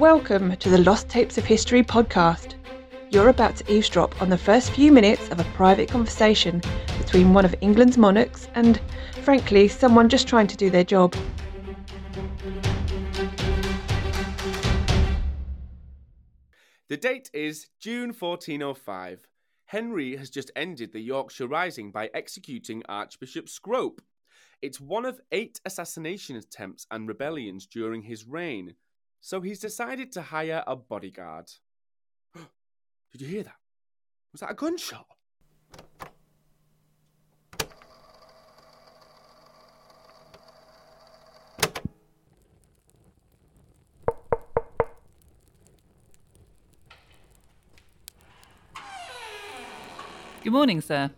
Welcome to the Lost Tapes of History podcast. You're about to eavesdrop on the first few minutes of a private conversation between one of England's monarchs and, frankly, someone just trying to do their job. The date is June 1405. Henry has just ended the Yorkshire Rising by executing Archbishop Scrope. It's one of eight assassination attempts and rebellions during his reign, so he's decided to hire a bodyguard. Did you hear that? Was that a gunshot? Good morning, sir.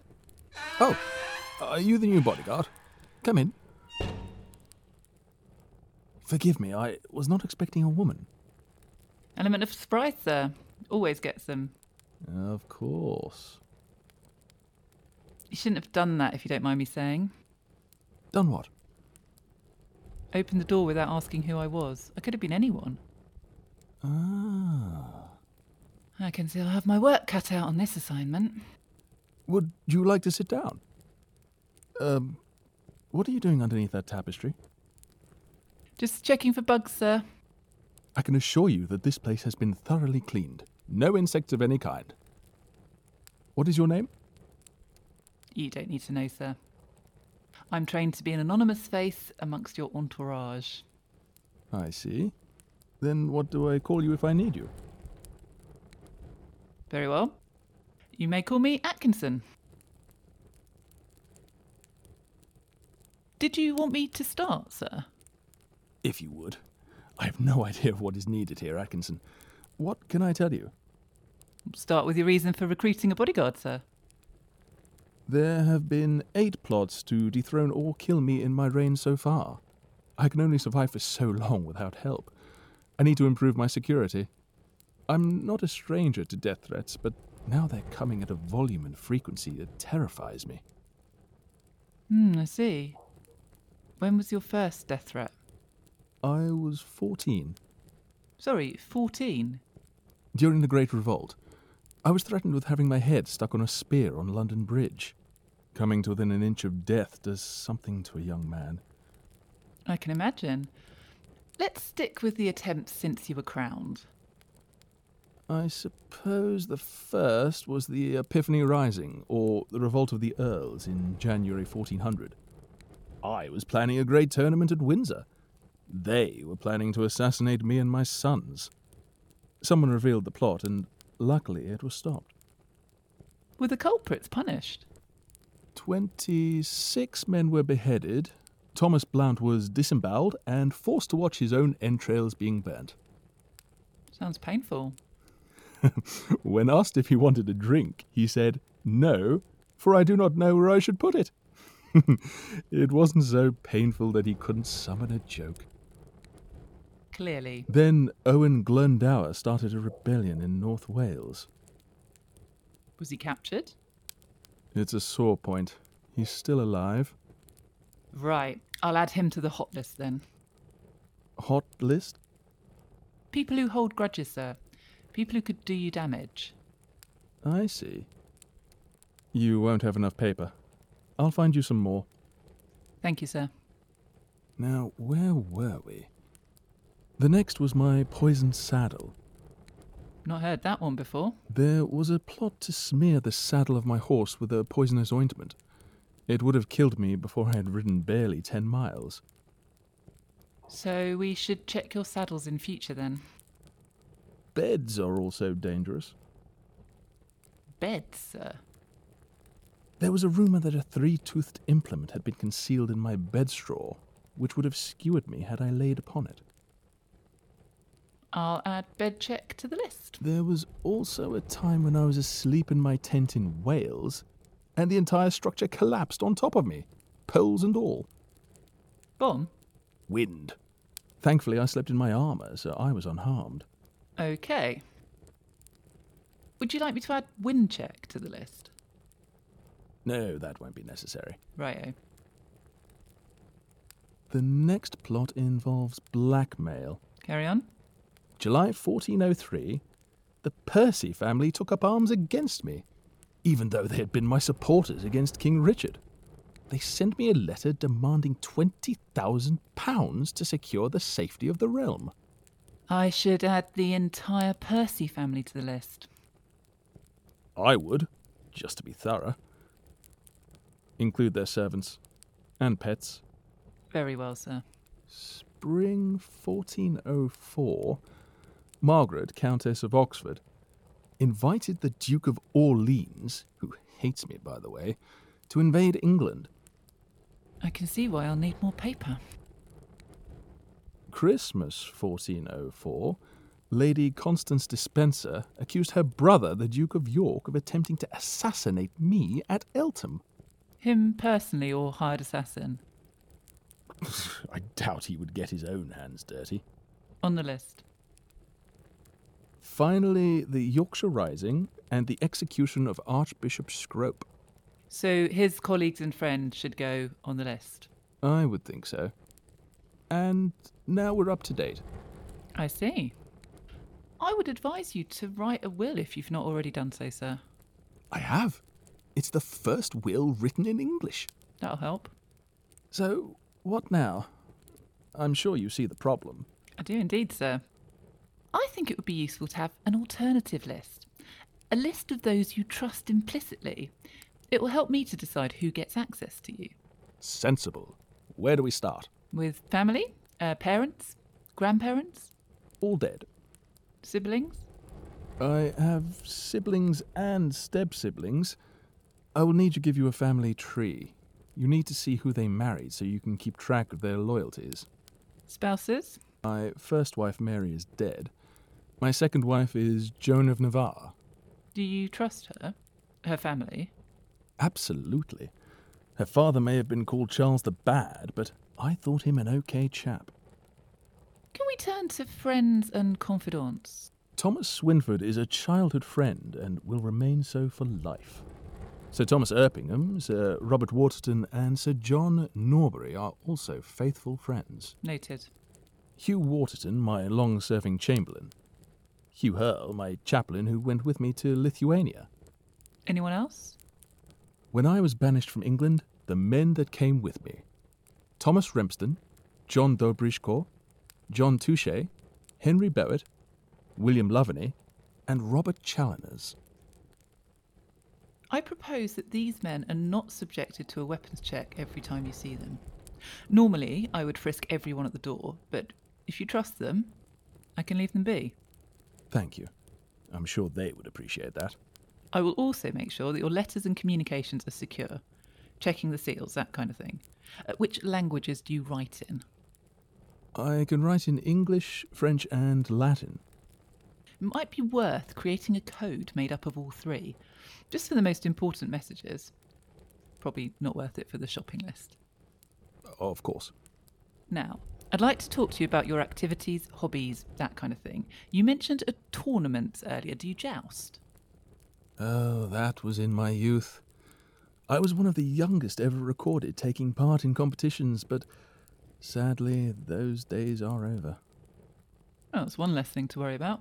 Oh, are you the new bodyguard? Come in. Forgive me, I was not expecting a woman. Element of surprise, sir. Always gets them. Of course. You shouldn't have done that, if you don't mind me saying. Done what? Opened the door without asking who I was. I could have been anyone. Ah. I can see I'll have my work cut out on this assignment. Would you like to sit down? Um, what are you doing underneath that tapestry? Just checking for bugs, sir. I can assure you that this place has been thoroughly cleaned. No insects of any kind. What is your name? You don't need to know, sir. I'm trained to be an anonymous face amongst your entourage. I see. Then what do I call you if I need you? Very well. You may call me Atkinson. Did you want me to start, sir? If you would. I have no idea of what is needed here, Atkinson. What can I tell you? Start with your reason for recruiting a bodyguard, sir. There have been eight plots to dethrone or kill me in my reign so far. I can only survive for so long without help. I need to improve my security. I'm not a stranger to death threats, but now they're coming at a volume and frequency that terrifies me. Hmm, I see. When was your first death threat? I was 14 Sorry, 14. during the Great Revolt. I was threatened with having my head stuck on a spear on London Bridge. Coming to within an inch of death does something to a young man. I can imagine. Let's stick with the attempts since you were crowned. I suppose the first was the Epiphany Rising, or the Revolt of the Earls in January 1400. I was planning a great tournament at Windsor. They were planning to assassinate me and my sons. Someone revealed the plot, and luckily it was stopped. Were the culprits punished? Twenty six men were beheaded. Thomas Blount was disemboweled and forced to watch his own entrails being burnt. Sounds painful. When asked if he wanted a drink, he said, No, for I do not know where I should put it. it wasn't so painful that he couldn't summon a joke. Clearly. Then Owen Glendower started a rebellion in North Wales. Was he captured? It's a sore point. He's still alive. Right. I'll add him to the hot list then. Hot list? People who hold grudges, sir. People who could do you damage. I see. You won't have enough paper. I'll find you some more. Thank you, sir. Now, where were we? The next was my poisoned saddle. Not heard that one before. There was a plot to smear the saddle of my horse with a poisonous ointment. It would have killed me before I had ridden barely ten miles. So we should check your saddles in future then. Beds are also dangerous. Beds, sir. There was a rumor that a three toothed implement had been concealed in my bed straw, which would have skewered me had I laid upon it. I'll add bed check to the list. There was also a time when I was asleep in my tent in Wales, and the entire structure collapsed on top of me, poles and all. Bomb? Wind. Thankfully, I slept in my armor, so I was unharmed. Okay. Would you like me to add wind check to the list? No, that won't be necessary. Righto. The next plot involves blackmail. Carry on. July 1403, the Percy family took up arms against me, even though they had been my supporters against King Richard. They sent me a letter demanding £20,000 to secure the safety of the realm. I should add the entire Percy family to the list. I would, just to be thorough. Include their servants and pets. Very well, sir. Spring 1404, Margaret, Countess of Oxford, invited the Duke of Orleans, who hates me, by the way, to invade England. I can see why I'll need more paper. Christmas 1404, Lady Constance Dispenser accused her brother, the Duke of York, of attempting to assassinate me at Eltham. Him personally or hired assassin? I doubt he would get his own hands dirty. On the list. Finally, the Yorkshire Rising and the execution of Archbishop Scrope. So his colleagues and friends should go on the list. I would think so. And now we're up to date. I see. I would advise you to write a will if you've not already done so, sir. I have. It's the first will written in English. That'll help. So, what now? I'm sure you see the problem. I do indeed, sir. I think it would be useful to have an alternative list, a list of those you trust implicitly. It will help me to decide who gets access to you. Sensible. Where do we start? With family, uh, parents, grandparents, All dead. siblings? I have siblings and step siblings. I will need to give you a family tree. You need to see who they married so you can keep track of their loyalties. Spouses? My first wife, Mary, is dead. My second wife is Joan of Navarre. Do you trust her? Her family? Absolutely. Her father may have been called Charles the Bad, but I thought him an okay chap. Can we turn to friends and confidants? Thomas Swinford is a childhood friend and will remain so for life. Sir Thomas Erpingham, Sir Robert Waterton, and Sir John Norbury are also faithful friends. Noted. Hugh Waterton, my long serving chamberlain. Hugh Hurl, my chaplain who went with me to Lithuania. Anyone else? When I was banished from England, the men that came with me Thomas Remston, John Dobrishko, John Touchet, Henry Bowett, William Loveny, and Robert Challiners. I propose that these men are not subjected to a weapons check every time you see them. Normally, I would frisk everyone at the door, but if you trust them, I can leave them be. Thank you. I'm sure they would appreciate that. I will also make sure that your letters and communications are secure, checking the seals, that kind of thing. Uh, which languages do you write in? I can write in English, French, and Latin. might be worth creating a code made up of all three, just for the most important messages. Probably not worth it for the shopping list. Of course. Now, I'd like to talk to you about your activities, hobbies, that kind of thing. You mentioned a tournament earlier. Do you joust? Oh, that was in my youth. I was one of the youngest ever recorded taking part in competitions, but sadly, those days are over. Oh, it's one less thing to worry about.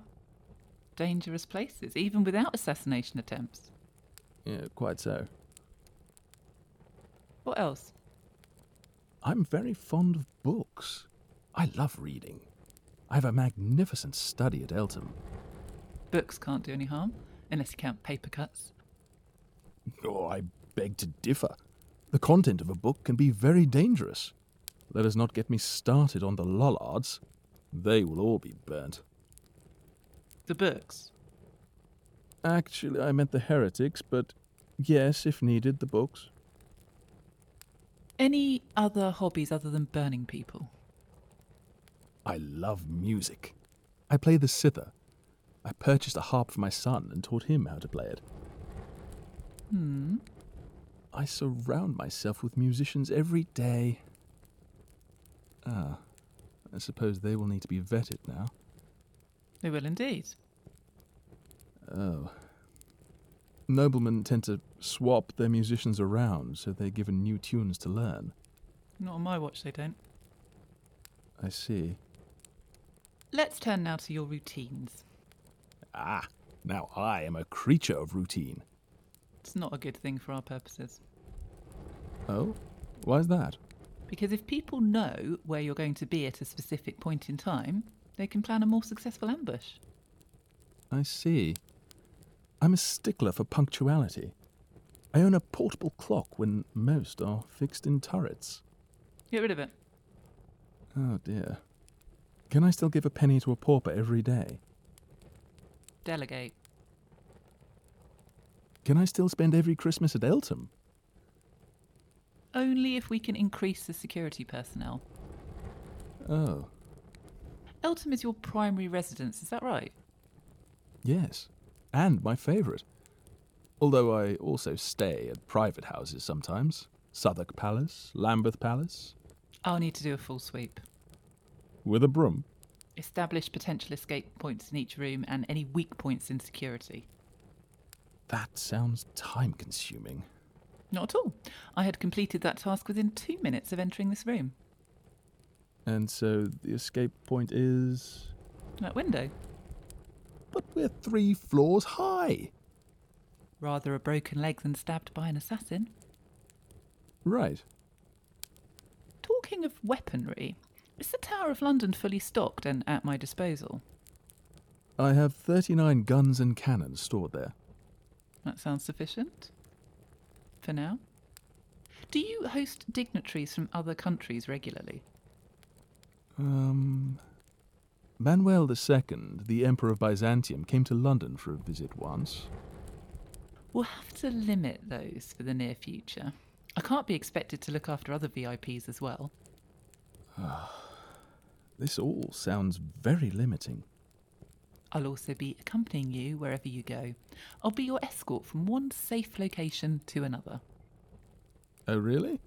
Dangerous places, even without assassination attempts. Yeah, quite so. What else? I'm very fond of books. I love reading. I have a magnificent study at Eltham. Books can't do any harm, unless you count paper cuts. Oh, I beg to differ. The content of a book can be very dangerous. Let us not get me started on the Lollards. They will all be burnt. The books. Actually, I meant the heretics, but yes, if needed, the books. Any other hobbies other than burning people? I love music. I play the zither. I purchased a harp for my son and taught him how to play it. Hmm. I surround myself with musicians every day. Ah, I suppose they will need to be vetted now. They will indeed. Oh. Noblemen tend to swap their musicians around, so they're given new tunes to learn. Not on my watch, they don't. I see. Let's turn now to your routines. Ah, now I am a creature of routine. It's not a good thing for our purposes. Oh? Why's that? Because if people know where you're going to be at a specific point in time, they can plan a more successful ambush. I see. I'm a stickler for punctuality. I own a portable clock when most are fixed in turrets. Get rid of it. Oh dear. Can I still give a penny to a pauper every day? Delegate. Can I still spend every Christmas at Eltham? Only if we can increase the security personnel. Oh, Eltham is your primary residence, is that right? yes. And my favourite. Although I also stay at private houses sometimes Southwark Palace, Lambeth Palace, I'll need to do a full sweep. with a broom. Establish potential escape points in each room and any weak points in security. That sounds time consuming. Not at all. I had completed that task within two minutes of entering this room. And so the escape point is. That window. But we're three floors high! Rather a broken leg than stabbed by an assassin. Right. Talking of weaponry, is the Tower of London fully stocked and at my disposal? I have 39 guns and cannons stored there. That sounds sufficient. For now. Do you host dignitaries from other countries regularly? Um. Manuel II, the Emperor of Byzantium, came to London for a visit once. We'll have to limit those for the near future. I can't be expected to look after other VIPs as well. This all sounds very limiting. I'll also be accompanying you wherever you go. I'll be your escort from one safe location to another. Oh, really?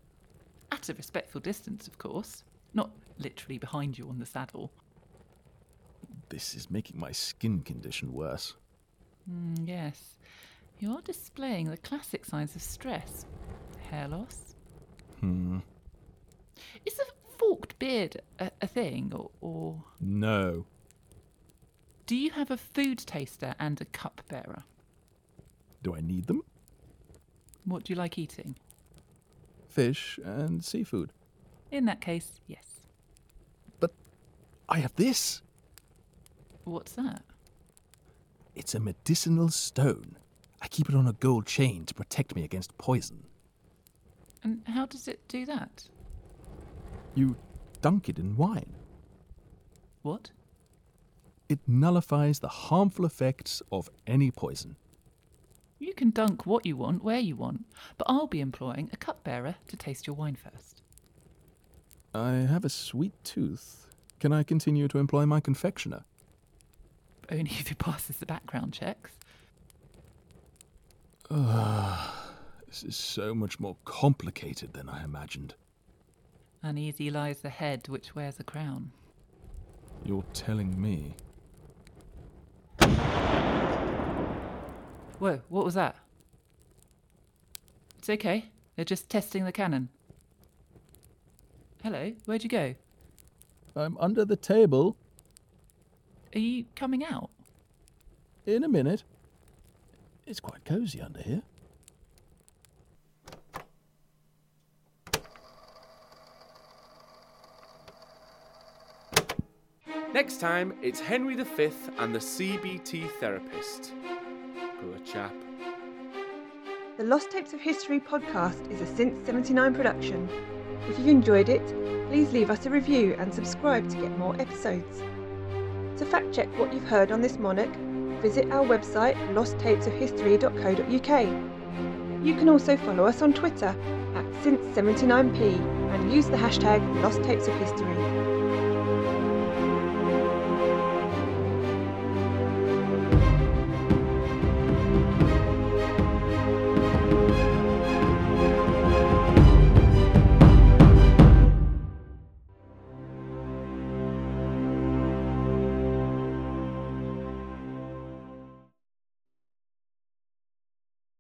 At a respectful distance, of course. Not literally behind you on the saddle. This is making my skin condition worse. Mm, yes. You are displaying the classic signs of stress hair loss. Hmm. Is a forked beard a, a thing, or, or No. do you have a food taster and a cup bearer? Do I need them? What do you like eating? Fish and seafood. In that case, yes. But I have this! What's that? It's a medicinal stone. I keep it on a gold chain to protect me against poison. And how does it do that? You dunk it in wine. What? It nullifies the harmful effects of any poison. You can dunk what you want, where you want, but I'll be employing a cupbearer to taste your wine first. I have a sweet tooth. Can I continue to employ my confectioner? Only if he passes the background checks. Ah, This is so much more complicated than I imagined. Uneasy lies the head which wears a crown. You're telling me. Whoa, what was that? It's okay. They're just testing the cannon. Hello, where'd you go? I'm under the table Are you coming out? in a minute. It's quite cozy under here. Next time, it's Henry V and the CBT therapist. Poor chap. The Lost Tapes of History podcast is a Since 79 production. If you enjoyed it, please leave us a review and subscribe to get more episodes. To fact check what you've heard on this monarch, visit our website losttapesofhistory.co.uk. You can also follow us on Twitter at Since79p and use the hashtag Lost Tapes of History.